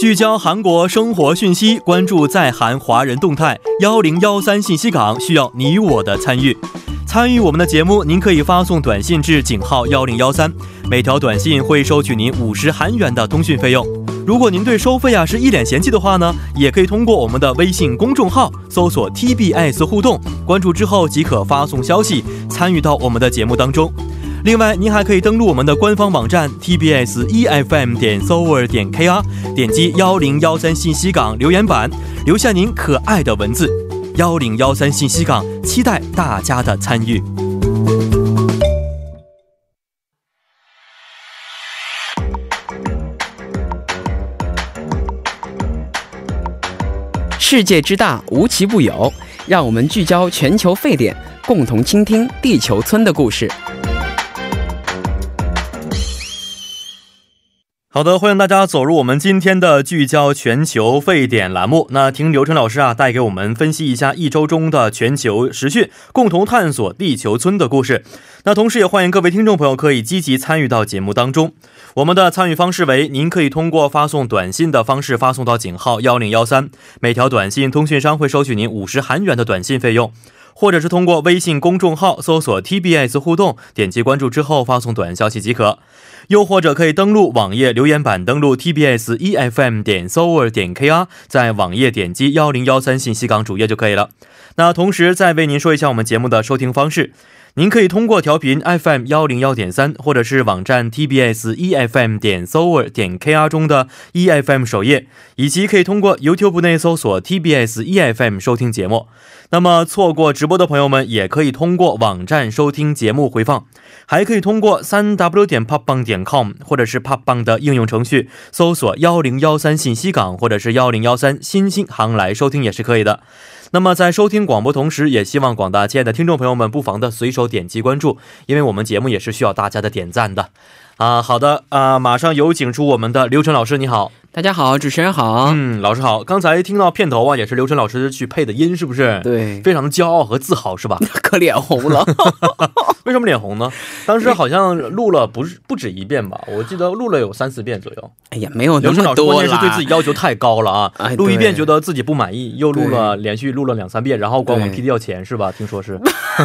聚焦韩国生活讯息，关注在韩华人动态。幺零幺三信息港需要你我的参与。参与我们的节目，您可以发送短信至井号幺零幺三，每条短信会收取您五十韩元的通讯费用。如果您对收费啊是一脸嫌弃的话呢，也可以通过我们的微信公众号搜索 TBS 互动，关注之后即可发送消息，参与到我们的节目当中。另外，您还可以登录我们的官方网站 tbs efm E 点 s o u r 点 kr，点击幺零幺三信息港留言板，留下您可爱的文字。幺零幺三信息港，期待大家的参与。世界之大，无奇不有，让我们聚焦全球沸点，共同倾听地球村的故事。好的，欢迎大家走入我们今天的聚焦全球沸点栏目。那听刘晨老师啊，带给我们分析一下一周中的全球时讯，共同探索地球村的故事。那同时也欢迎各位听众朋友可以积极参与到节目当中。我们的参与方式为：您可以通过发送短信的方式发送到井号幺零幺三，每条短信通讯商会收取您五十韩元的短信费用；或者是通过微信公众号搜索 TBS 互动，点击关注之后发送短消息即可；又或者可以登录网页留言板，登录 TBS EFM E 点 s o u r 点 KR，在网页点击幺零幺三信息港主页就可以了。那同时再为您说一下我们节目的收听方式。您可以通过调频 FM 幺零幺点三，或者是网站 TBS EFM E 点 s o u r 点 KR 中的 EFM 首页，以及可以通过 YouTube 内搜索 TBS EFM E 收听节目。那么错过直播的朋友们，也可以通过网站收听节目回放，还可以通过三 W 点 popbang 点 com 或者是 popbang 的应用程序搜索幺零幺三信息港或者是幺零幺三新星行来收听也是可以的。那么在收听广播同时，也希望广大亲爱的听众朋友们不妨的随手点击关注，因为我们节目也是需要大家的点赞的。啊，好的，啊，马上有请出我们的刘晨老师，你好，大家好，主持人好。嗯，老师好，刚才听到片头啊，也是刘晨老师去配的音，是不是？，对，非常骄傲和自豪，是吧？可脸 红了。为什么脸红呢？当时好像录了不是不止一遍吧，我记得录了有三四遍左右。哎呀，没有那刘晨老么师关多键是对自啦己。要求太高了 啊！哎录一遍对觉得自己不满意，又录了连续录了两三遍，然后管我们对 PD 要钱是吧？听说是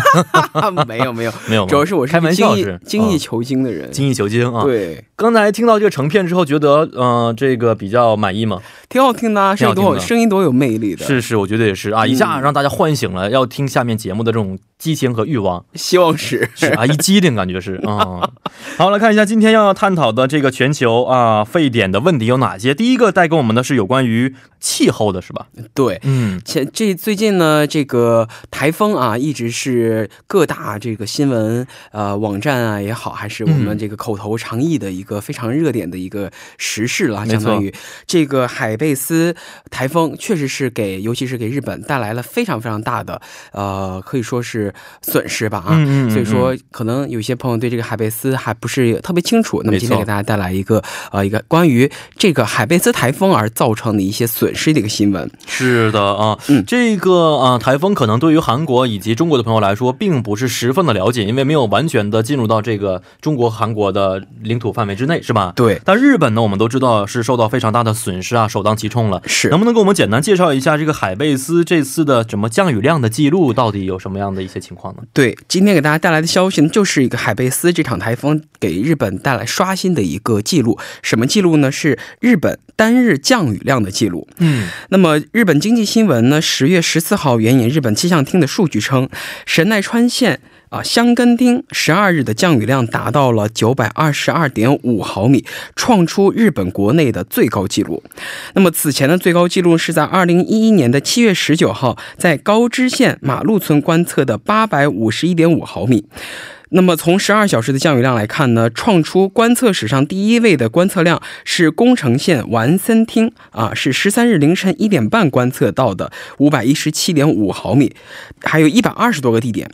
没有没有， 没有吗，主要是我是开一个玩精笑益是精益嗯求精的人。精益求精啊！对，刚才听到这个成片之后，觉得嗯、呃这个比较满意吗？挺好听的啊，挺声好音多听有的声音多有魅力的。，是是，我觉得也是啊，一下让大家唤醒了要听下面节目的这种激情和欲望，希望是。是啊，一激灵感觉是啊、嗯好，来看一下今天要探讨的这个全球啊沸点的问题有哪些？第一个带给我们的是有关于气候的，是吧？对，嗯，前这最近呢，这个台风啊，一直是各大这个新闻呃网站啊也好，还是我们嗯这个口头常议的一个非常热点的一个时事了，没错相当于这个海贝斯台风确实是给，尤其是给日本带来了非常非常大的呃，可以说是损失吧啊。嗯嗯嗯所以说，可能有些朋友对这个海贝斯还不是特别清楚。那没错么今天给大家带来一个呃一个关于这个海贝斯台风而造成的一些损失的一个新闻。是的啊，嗯这个啊台风可能对于韩国以及中国的朋友来说，并不是十分的了解，因为没有完全的进入到这个中国韩国的领土范围之内，是吧？对，但日本呢，我们都知道是受到非常大的损失啊，首当其冲了。是能。不能给我们简单介绍一下这个海贝斯这次的什么降雨量的记录到底有什么样的一些情况呢？对，今天给大家带来的消息呢，就是一个海贝斯这场台风给日本带来刷新的一个记录。什么记录呢？是日本单日降雨量的记录。嗯，那么，日本经济新闻呢，十月十四号援引日本气象厅的数据称，神奈川县啊、箱根町十二日的降雨量达到了九百二十二点五毫米，创出日本国内的最高纪录。那么此前的最高纪录是在二零一一年的七月十九号，在高知县马路村观测的八百五十一点五毫米。那么从十二小时的降雨量来看呢，创出观测史上第一位的观测量是宫城县丸森町啊，是十三日凌晨一点半观测到的五百一十七点五毫米，还有一百二十多个地点。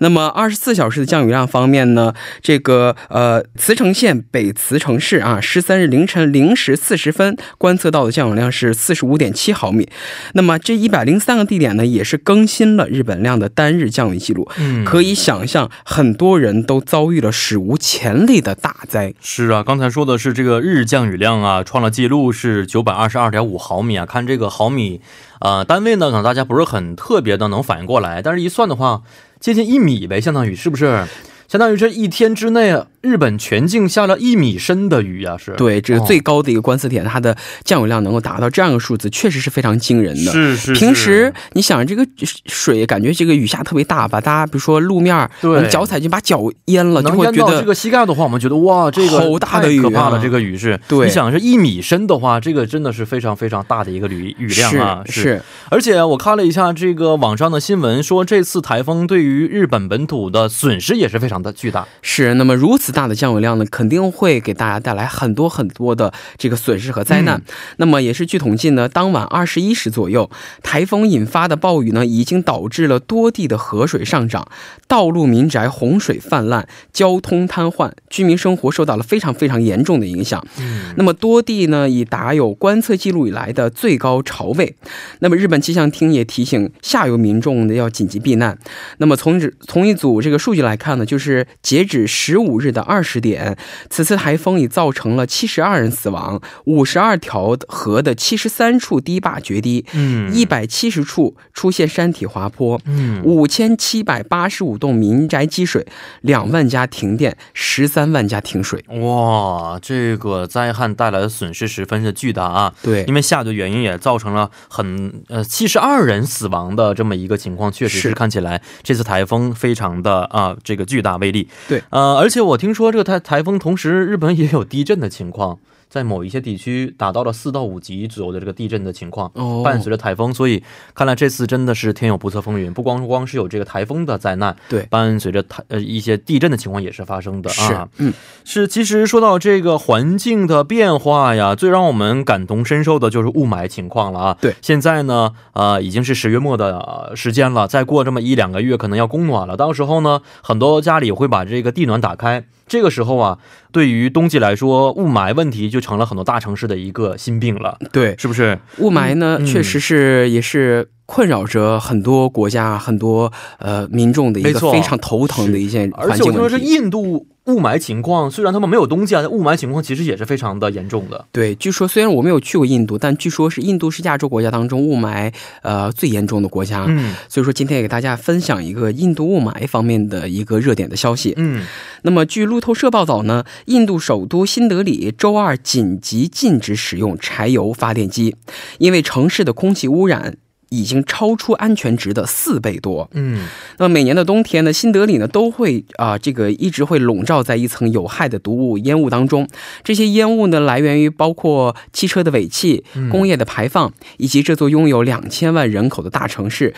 那么二十四小时的降雨量方面呢，这个呃茨城县北茨城市啊，十三日凌晨零时四十分观测到的降雨量是四十五点七毫米。那么这一百零三个地点呢，也是更新了日本量的单日降雨记录。嗯可以想象，很多人都遭遇了史无前例的大灾。是啊，刚才说的是这个日降雨量啊，创了记录是九百二十二点五毫米啊。看这个毫米，呃，单位呢，可能大家不是很特别的能反应过来，但是一算的话，接近一米呗，相当于是不是？相当于这一天之内，日本全境下了一米深的雨呀、是对，这是哦最高的一个观测点，它的降雨量能够达到这样一个数字，确实是非常惊人的。是是平时你想这个水，感觉这个雨下特别大，把大家比如说路面儿，对我们脚踩进把脚淹呃了，就能会淹觉到这得个膝盖的话，我们觉得哇，这个好大的雨啊太可怕了，这个雨是。对你想是一米深的话，这个真的是非常非常大的一个雨雨量啊，是是而且我看了一下这个网上的新闻，说这次台风对于日本本土的损失也是非常的巨大。是。那么如此大的降雨量呢，肯定会给大家带来很多很多的这个损失和灾难。那么也是据统计呢，当晚二十一时左右，台风引发的暴雨呢，已经导致了多地的河水上涨，道路、民宅洪水泛滥，交通瘫痪，居民生活受到了非常非常严重的影响。嗯，那么多地呢已达有观测记录以来的最高潮位。那么日本气象厅也提醒下游民众呢要紧急避难。那么从指从一组这个数据来看呢，就是截止十五日的二十点，此次台风已造成了七十二人死亡，五十二条河的七十三处堤坝决堤，嗯一百七十处出现山体滑坡。嗯，五千七百八十五栋民宅积水，两万家停电，十三万家停水。哇，这个灾害带来的损失十分的巨大啊！对因，为下的原因也造成了很呃七十二人死亡的这么一个情况，确实是是看起来这次台风非常的啊、这个巨大威力。对，呃，而且我听说这个台台风同时日本也有地震的情况，在某一些地区达到了四到五级左右的这个地震的情况。哦伴随着台风，所以看来这次真的是天有不测风云，不光光是有这个台风的灾难，对伴随着台呃一些地震的情况也是发生的啊。是，嗯，是，其实说到这个环境的变化呀，最让我们感同身受的就是雾霾情况了啊。对现在呢，呃，已经是十月末的呃时间了，再过这么一两个月，可能要供暖了。到时候呢，很多家里会把这个地暖打开。这个时候啊，对于冬季来说，雾霾问题就成了很多大城市的一个心病了，对，是不是？雾霾呢，嗯嗯确实是也是困扰着很多国家、很多呃民众的一没个错非常头疼的一件而环且我境听说问是题。印度雾霾情况，虽然他们没有冬季啊，但雾霾情况其实也是非常的严重的。对，据说虽然我没有去过印度，但据说是印度是亚洲国家当中雾霾呃最严重的国家。嗯所以说，今天也给大家分享一个印度雾霾方面的一个热点的消息。嗯，那么，据路透社报道呢，印度首都新德里周二紧急禁止使用柴油发电机，因为城市的空气污染已经超出安全值的四倍多。嗯，那么每年的冬天呢，新德里呢都会啊、这个一直会笼罩在一层有害的毒物烟雾当中。这些烟雾呢，来源于包括汽车的尾气、工业的排放，以及这座拥有两千万人口的大城市。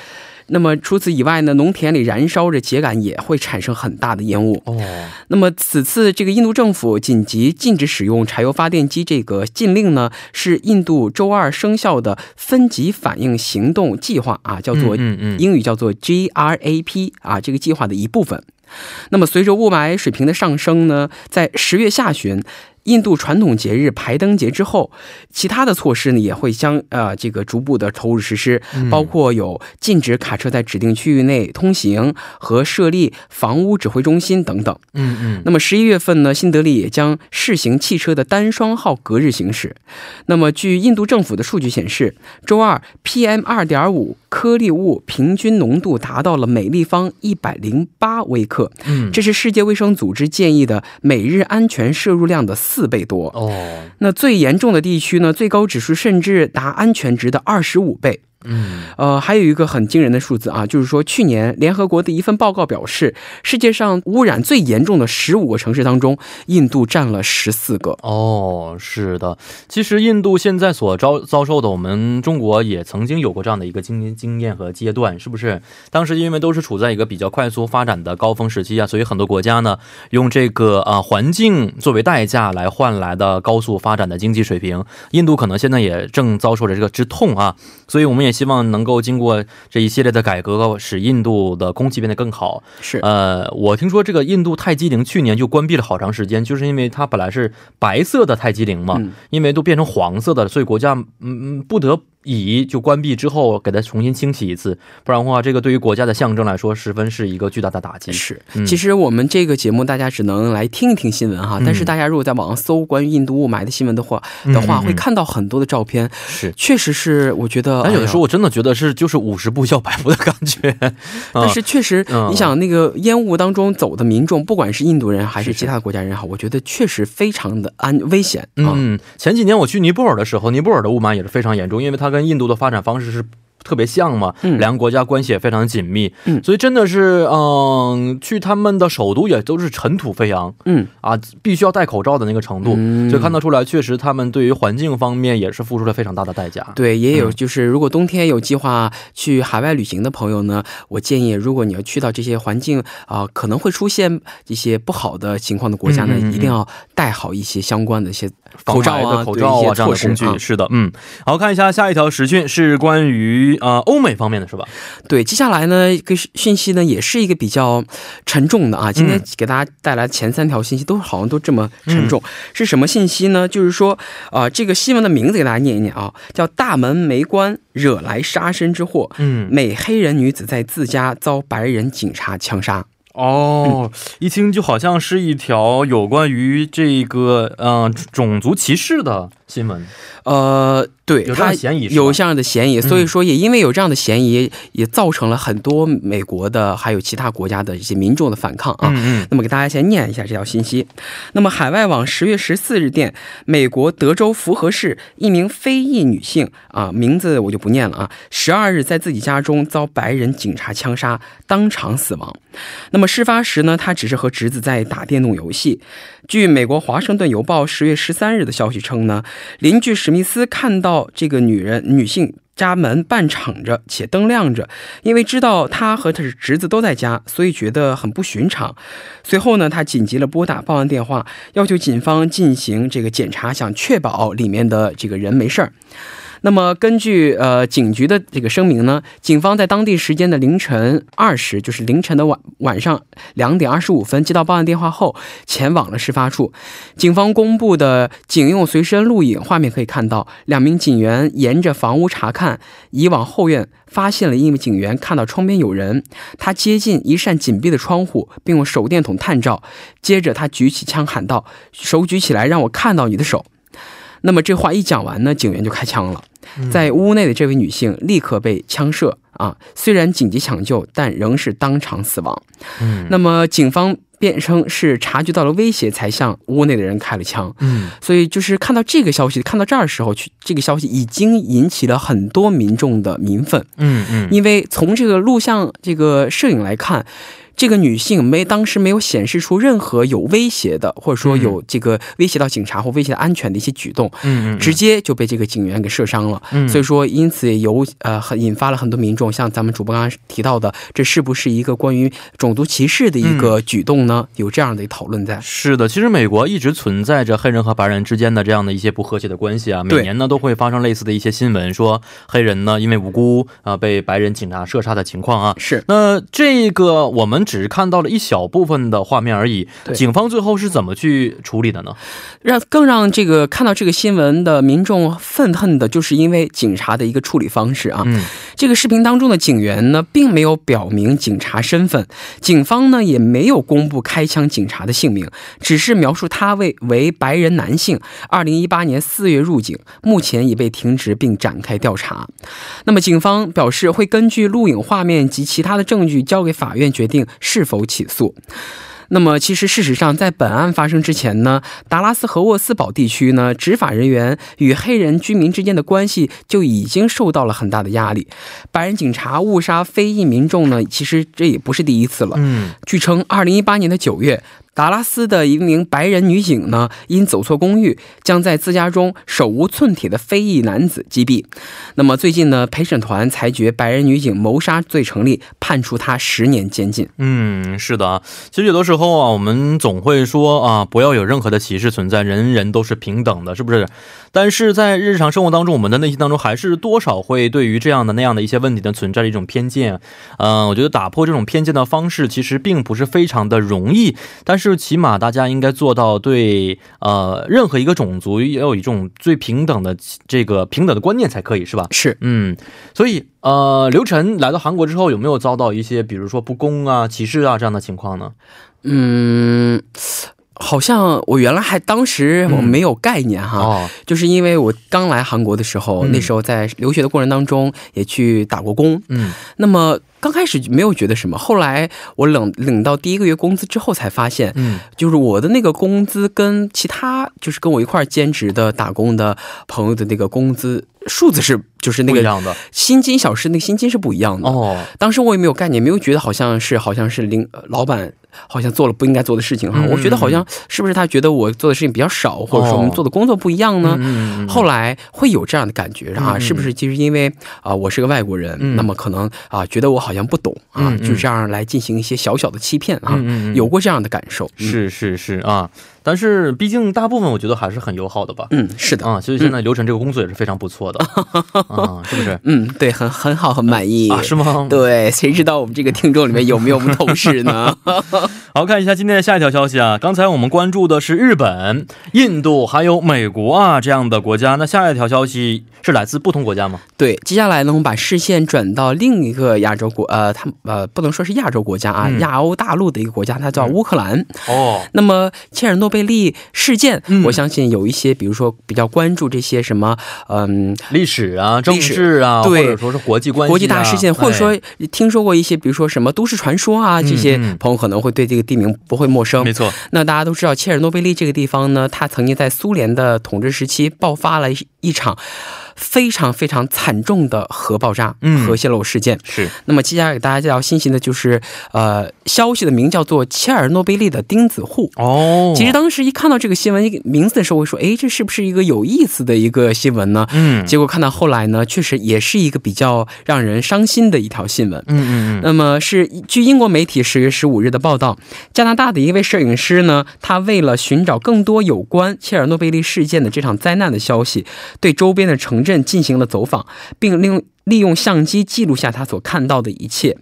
那么除此以外呢，农田里燃烧着秸秆也会产生很大的烟雾。哦，那么此次这个印度政府紧急禁止使用柴油发电机这个禁令呢，是印度周二生效的分级反应行动计划啊，叫做嗯嗯嗯英语叫做 GRAP 啊，这个计划的一部分。那么随着雾霾水平的上升呢，在十月下旬。印度传统节日排灯节之后，其他的措施呢也会将呃这个逐步的投入实施，包括有禁止卡车在指定区域内通行和设立房屋指挥中心等等。嗯嗯。那么十一月份呢，新德里也将试行汽车的单双号隔日行驶。那么据印度政府的数据显示，周二 PM 二点五颗粒物平均浓度达到了每立方一百零八微克，嗯这是世界卫生组织建议的每日安全摄入量的四倍多。哦，那最严重的地区呢，最高指数甚至达安全值的二十五倍。嗯呃，还有一个很惊人的数字啊，就是说，去年联合国的一份报告表示，世界上污染最严重的十五个城市当中，印度占了十四个。哦，是的。其实印度现在所遭遭受的，我们中国也曾经有过这样的一个经经验和阶段，是不是？当时因为都是处在一个比较快速发展的高峰时期啊，所以很多国家呢，用这个啊、呃环境作为代价来换来的高速发展的经济水平，印度可能现在也正遭受着这个之痛啊。所以我们也希望能够经过这一系列的改革，使印度的空气变得更好，是呃，我听说这个印度泰姬陵去年就关闭了好长时间，就是因为它本来是白色的泰姬陵嘛，因为都变成黄色的了，所以国家嗯嗯不得以就关闭之后给它重新清洗一次，不然的话，这个对于国家的象征来说，十分是一个巨大的打击。是，其实我们这个节目大家只能来听一听新闻哈，但是大家如果在网上搜关于印度雾霾的新闻的话的嗯嗯话，嗯嗯会看到很多的照片，是，确实是我觉得，但有的时候哎呀。我真的觉得是就是五十步笑百步的感觉。但是确实，嗯你想那个烟雾当中走的民众，不管是印度人还是是是其他国家人也好，我觉得确实非常的安危险啊。嗯，前几年我去尼泊尔的时候，尼泊尔的雾霾也是非常严重，因为它跟印度的发展方式是。特别像嘛，嗯两个国家关系也非常紧密，嗯所以真的是，嗯，去他们的首都也都是尘土飞扬嗯，啊，必须要戴口罩的那个程度，嗯所以看得出来，确实他们对于环境方面也是付出了非常大的代价。对，嗯也有就是，如果冬天有计划去海外旅行的朋友呢，我建议，如果你要去到这些环境啊、可能会出现一些不好的情况的国家呢，嗯嗯嗯一定要戴好一些相关的一些防口罩霾啊、的口罩对一啊这些样措的施工具、啊。是的，嗯，好看一下下一条时讯是关于呃欧美方面的是吧？对，接下来呢，一个讯息呢，也是一个比较沉重嗯的啊。今天给大家带来前三条信息都好像都这么沉嗯重，是什么信息呢？就是说，啊、这个新闻的名字给大家念一念啊，叫“大门没关，惹来杀身之祸”。嗯，美黑人女子在自家遭白人警察枪杀。哦，一听就好像是一条有关于这个嗯、呃种族歧视的新闻。呃，对，有这样她的嫌疑是吧嗯有这样的嫌疑，所以说也因为有这样的嫌疑，也造成了很多美国的还有其他国家的一些民众的反抗啊。嗯那么给大家先念一下这条信息。那么，海外网十月十四日电，美国德州福河市一名非裔女性啊，名字我就不念了啊，十二日在自己家中遭白人警察枪杀，当场死亡。那么事发时呢，她只是和侄子在打电动游戏。据美国《华盛顿邮报》十月十三日的消息称呢，邻居史密斯看到这个女人女性。家门半敞着，且灯亮着，因为知道她和她的侄子都在家，所以觉得很不寻常。随后呢，他紧急了拨打报案电话，要求警方进行这个检查，想确保里面的这个人没事儿。那么根据呃警局的这个声明呢，警方在当地时间的凌晨二十，就是凌晨的晚晚上两点二十五分接到报案电话后，前往了事发处。警方公布的警用随身录影画面可以看到，两名警员沿着房屋查看，移往后院，发现了一名警员看到窗边有人，他接近一扇紧闭的窗户，并用手电筒探照，接着他举起枪喊道：“手举起来，让我看到你的手。”那么这话一讲完呢，警员就开枪了。在屋内的这位女性立刻被枪射啊，虽然紧急抢救，但仍是当场死亡。嗯那么警方辩称是察觉到了威胁，才向屋内的人开了枪。嗯，所以就是看到这个消息，看到这儿的时候，去这个消息已经引起了很多民众的民愤。嗯嗯嗯，因为从这个录像、这个摄影来看，这个女性没当时没有显示出任何有威胁的，或者嗯说有这个威胁到警察或威胁到安全的一些举动，嗯嗯，直接就被这个警员给射伤了。嗯所以说，因此也有呃，很引发了很多民众，像咱们主播刚刚提到的，这是不是一个关于种族歧视的一个嗯举动呢？有这样的讨论在。是的，其实美国一直存在着黑人和白人之间的这样的一些不和谐的关系啊。对每年呢都会发生类似的一些新闻，说黑人呢因为无辜啊、被白人警察射杀的情况啊。是，那这个我们只是看到了一小部分的画面而已对，警方最后是怎么去处理的呢？让更让这个看到这个新闻的民众愤恨的，就是因为警察的一个处理方式啊。嗯这个视频当中的警员呢，并没有表明警察身份，警方呢也没有公布开枪警察的姓名，只是描述他为为白人男性，二零一八年四月入警，目前已被停职并展开调查。那么警方表示会根据录影画面及其他的证据交给法院决定是否起诉。那么，其实事实上，在本案发生之前呢，达拉斯和沃斯堡地区呢，执法人员与黑人居民之间的关系就已经受到了很大的压力。白人警察误杀非裔民众呢，其实这也不是第一次了。嗯据称，二零一八年的九月，达拉斯的一名白人女警呢，因走错公寓，将在自家中手无寸铁的非裔男子击毙。那么最近呢，陪审团裁决白人女警谋杀罪成立，判处她十年监禁。嗯，是的啊。其实有的时候啊，我们总会说啊，不要有任何的歧视存在，人人都是平等的，是不是？但是在日常生活当中，我们的内心当中还是多少会对于这样的那样的一些问题呢，存在着一种偏见。嗯、我觉得打破这种偏见的方式其实并不是非常的容易，但是起码大家应该做到对呃任何一个种族要有一种最平等的这个平等的观念才可以，是吧？是嗯，所以呃，刘晨来到韩国之后，有没有遭到一些比如说不公啊、歧视啊这样的情况呢？嗯，好像我原来还当时我没有概念哈。嗯哦，就是因为我刚来韩国的时候，嗯那时候在留学的过程当中也去打过工，嗯，那么刚开始没有觉得什么，后来我领领到第一个月工资之后才发现，嗯，就是我的那个工资跟其他就是跟我一块儿兼职的打工的朋友的那个工资数字是就是那不一个样的薪金小时那个薪金是不一样的。哦，当时我也没有概念，没有觉得好像是好像是领呃老板好像做了不应该做的事情哈、嗯哦我觉得好像是不是他觉得我做的事情比较少，或者说我们做的工作不一样呢？嗯后来会有这样的感觉啊，嗯是不是？其实因为啊、我是个外国人，嗯那么可能啊、觉得我好像不懂啊、嗯嗯就这样来进行一些小小的欺骗啊、嗯嗯有过这样的感受。嗯，是是是啊，但是毕竟大部分我觉得还是很友好的吧。嗯，是的，啊，所以现在刘晨这个工作也是非常不错的，啊，是不 是？嗯，对，很很好，很满意。啊，是吗？对，谁知道我们这个听众里面有没有我们同 事呢？好，看一下今天的下一条消息啊。刚才我们关注的是日本、印度还有美国啊这样的国家。那下一条消息是来自不同国家吗？对，接下来呢，我们把视线转到另一个亚洲国，呃，他们呃，不能说是亚洲国家啊，嗯亚欧大陆的一个国家，它叫嗯乌克兰。哦，那么切尔诺贝利事件，嗯我相信有一些，比如说比较关注这些什么，嗯，历史啊，政历史治啊，或对者说是国际关系、啊、国际大事件，或者说哎听说过一些，比如说什么都市传说啊，这些嗯嗯朋友可能会对这个地名不会陌生没。错，那大家都知道，切尔诺贝利这个地方呢，它曾经在苏联的统治时期爆发了一一场非常非常惨重的核爆炸、嗯核泄漏事件。是那么接下来给大家介绍信息呢，就是呃，消息的名叫做切尔诺贝利的钉子户。哦，其实当时一看到这个新闻一个名字的时候，我说，诶，这是不是一个有意思的一个新闻呢？嗯结果看到后来呢，确实也是一个比较让人伤心的一条新闻。嗯嗯嗯，那么是据英国媒体十月十五日的报道，加拿大的一位摄影师呢，他为了寻找更多有关切尔诺贝利事件的这场灾难的消息，对周边的城镇进行了走访，并利用利用相机记录下他所看到的一切。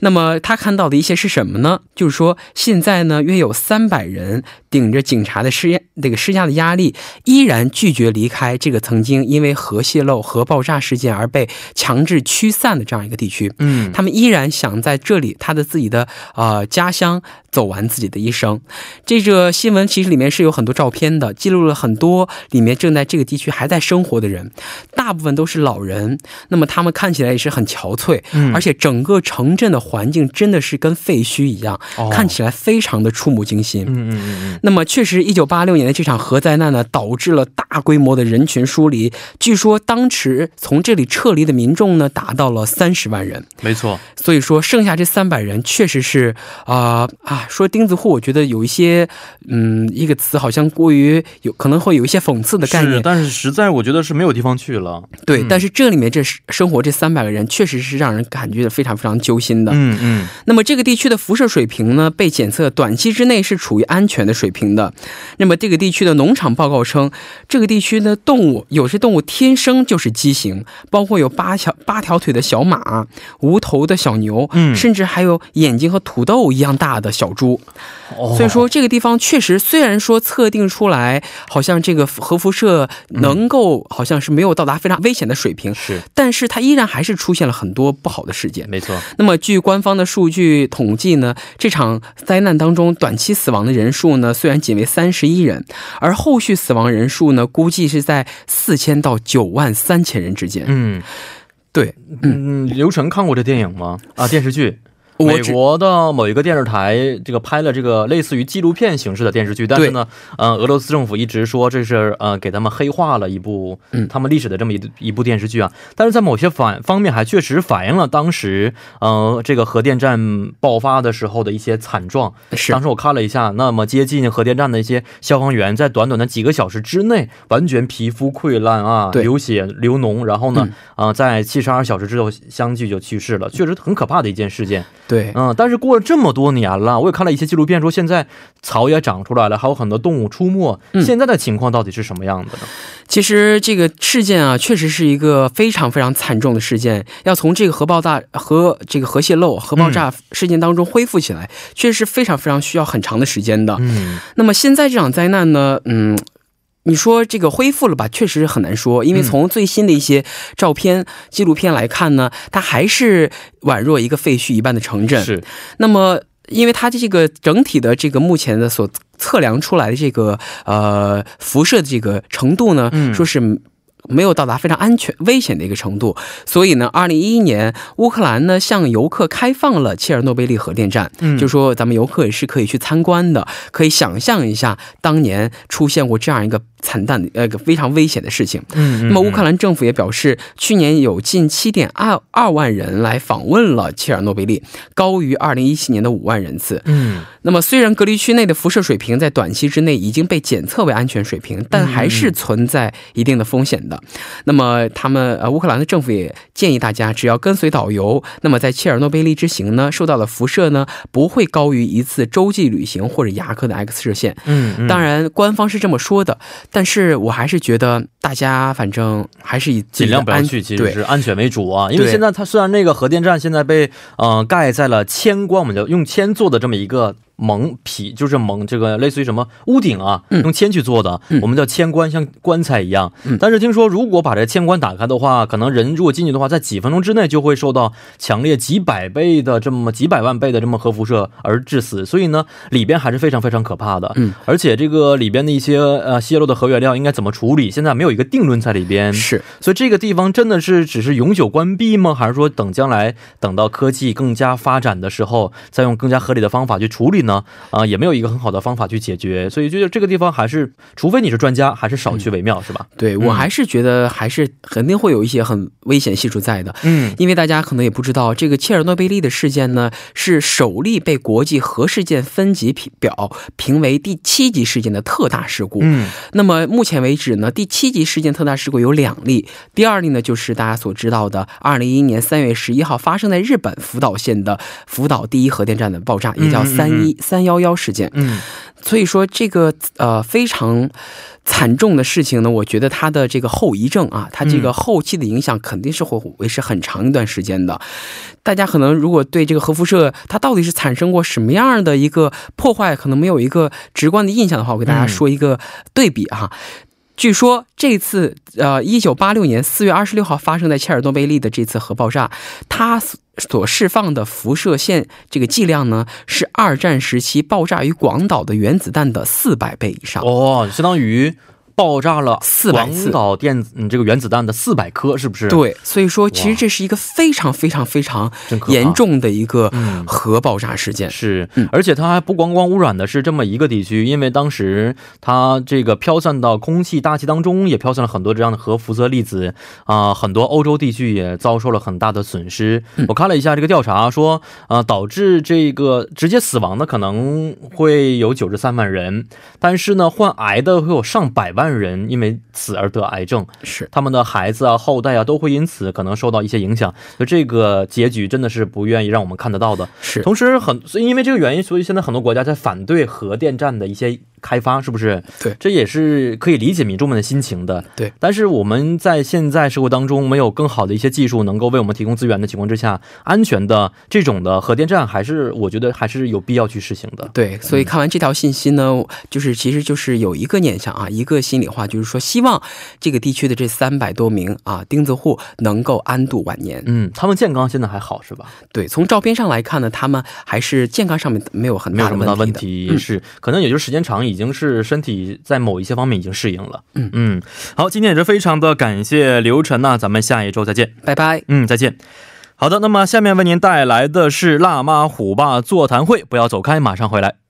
那么他看到的一切是什么呢？就是说，现在呢，约有三百人顶着警察的施压，这个施压的压力，依然拒绝离开这个曾经因为核泄漏、核爆炸事件而被强制驱散的这样一个地区。嗯，他们依然想在这里，他的自己的呃家乡走完自己的一生。这个新闻其实里面是有很多照片的，记录了很多里面正在这个地区还在生活的人，大部分都是老人。那么他们看起来也是很憔悴，嗯而且整个城镇的环境真的是跟废墟一样，哦看起来非常的触目惊心。嗯嗯嗯那么，确实，一九八六年的这场核灾难呢，导致了大规模的人群疏离。据说，当时从这里撤离的民众呢，达到了三十万人。嗯，没错，所以说，剩下这三百人确实是啊、啊，说钉子户，我觉得有一些嗯，一个词好像过于有可能会有一些讽刺的概是，念。但是实在我觉得是没有地方去了。对，嗯但是这里面这生活这三百个人，确实是让人感觉非常非常揪心的。嗯嗯，那么这个地区的辐射水平呢，被检测短期之内是处于安全的水平的。那么这个地区的农场报告称，这个地区的动物有些动物天生就是畸形，包括有八条八条腿的小马、无头的小牛，嗯甚至还有眼睛和土豆一样大的小猪。哦所以说，这个地方确实虽然说测定出来，好像这个核辐射能够好像是没有到达非常危险的水平，嗯是但是它依然还是出现了很多不好的事件。没错，那么，据官方的数据统计呢，这场灾难当中短期死亡的人数呢，虽然仅为三十一人，而后续死亡人数呢，估计是在四千到九万三千人之间。嗯对，嗯，刘晨看过这电影吗？啊，电视剧。我美只国的某一个电视台，这个拍了这个类似于纪录片形式的电视剧，但是呢，呃，俄罗斯政府一直说这是呃给他们黑化了一部嗯他们历史的这么一一部电视剧啊，但是在某些反方面还确实反映了当时呃这个核电站爆发的时候的一些惨状。是当时我看了一下，那么接近核电站的一些消防员，在短短的几个小时之内，完全皮肤溃烂啊，对嗯流血呃流脓，然后呢，啊、在七十二小时之后相继就去世了，确实很可怕的一件事件。对，嗯，但是过了这么多年了，我也看了一些纪录片，说现在草也长出来了，还有很多动物出没。嗯现在的情况到底是什么样的呢？其实这个事件啊，确实是一个非常非常惨重的事件，要从这个核爆炸核这个核泄漏、核爆嗯炸事件当中恢复起来，确实是非常非常需要很长的时间的。嗯，那么现在这场灾难呢，嗯。你说这个恢复了吧，确实很难说，因为嗯从最新的一些照片、纪录片来看呢，它还是宛若一个废墟一般的城镇。是，那么，因为它这个整体的这个目前的所测量出来的这个呃辐射的这个程度呢，嗯说是。没有到达非常安全、危险的一个程度，所以呢，二零一一年乌克兰呢向游客开放了切尔诺贝利核电站，嗯就说咱们游客也是可以去参观的，可以想象一下当年出现过这样一个惨淡的呃一个非常危险的事情。嗯，那么乌克兰，兰政府也表示，去年有近七点二二万人来访问了切尔诺贝利，高于二零一七年的五万人次。嗯，那么虽然隔离区内的辐射水平在短期之内已经被检测为安全水平，但还是存在一定的风险的。那么他们呃，乌克兰的政府也建议大家，只要跟随导游，那么在切尔诺贝利之行呢，受到的辐射呢不会高于一次洲际旅行或者牙科的 X 射线。嗯，嗯当，然，官方是这么说的，但是我还是觉得大家反正还是以自己尽的量不要安去，其实对是安全为主啊。因为对现在它虽然那个核电站现在被呃盖在了铅棺，我们叫用铅做的这么一个蒙皮，就是蒙这个类似于什么屋顶啊，嗯用铅去做的，嗯我们叫铅棺，像棺材一样。嗯但是听说如果把这铅棺打开的话，可能人如果进去的话，在几分钟之内就会受到强烈几百倍的这么几百万倍的这么核辐射而致死。所以呢，里边还是非常非常可怕的。嗯，而且这个里边的一些呃泄露的核原料应该怎么处理，现在没有一个定论在里边。是。所以这个地方真的是只是永久关闭吗？还是说等将来等到科技更加发展的时候，再用更加合理的方法去处理呢？啊、也没有一个很好的方法去解决。所以就这个地方还是，除非你是专家，还是少去为妙，是吧？对我还是觉得还是肯定会有一些很危险系数在的，嗯因为大家可能也不知道，这个切尔诺贝利的事件呢，是首例被国际核事件分级评表评为第七级事件的特大事故。嗯那么目前为止呢，第七级事件特大事故有两例，第二例呢就是大家所知道的，二零一一年三月十一号发生在日本福岛县的福岛第一核电站的爆炸，也叫嗯嗯三一三幺幺事件。嗯所以说这个呃非常惨重的事情呢，我觉得它的这个后遗症啊，它这个后期的影响肯定是会维持很长一段时间的。大家可能如果对这个核辐射它到底是产生过什么样的一个破坏，可能没有一个直观的印象的话，我给大家嗯说一个对比啊哈、据说这次呃，一九八六年四月二十六号发生在切尔诺贝利的这次核爆炸，它所所释放的辐射线这个剂量呢，是二战时期爆炸于广岛的原子弹的四百倍以上。哦，相当于爆炸了400广次岛电子嗯这个原子弹的四百颗，是不是？，对，所以说其哇实这是一个非常非常非常真可怕严重的一个嗯核爆炸事件。是，而且它还不光光污染的是这么一个地区，因为当时它这个飘散到空气、大气当中，也飘散了很多这样的核辐射粒子啊、很多欧洲地区也遭受了很大的损失。我看了一下这个调查，说啊、呃导致这个直接死亡的可能会有九十三万人，但是呢，患癌的会有上百万人因为此而得癌症。是他们的孩子啊、后代啊，都会因此可能受到一些影响，所以这个结局真的是不愿意让我们看得到的。是，同时很，所以因为这个原因，所以现在很多国家在反对核电站的一些开发，是不是？对这也是可以理解民众们的心情的。对，但是我们在现在社会当中没有更好的一些技术能够为我们提供资源的情况之下，安全的这种的核电站，还是我觉得还是有必要去实行的。对，所以看完这条信息呢，就是其实就是有一个念想啊，一个心里话，就是说希望这个地区的这三百多名啊钉子户能够安度晚年。嗯，他们健康现在还好是吧？对，从照片上来看呢，他们还是健康上面没有很没有大什的么大问问题的。题，是可能也就是时间长，已经是身体在某一些方面已经适应了。嗯嗯，好，今天也是非常的感谢刘晨呐、咱们下一周再见。拜拜。嗯，再见。好的，那么下面为您带来的是《辣妈虎爸座谈会》，不要走开，马上回来。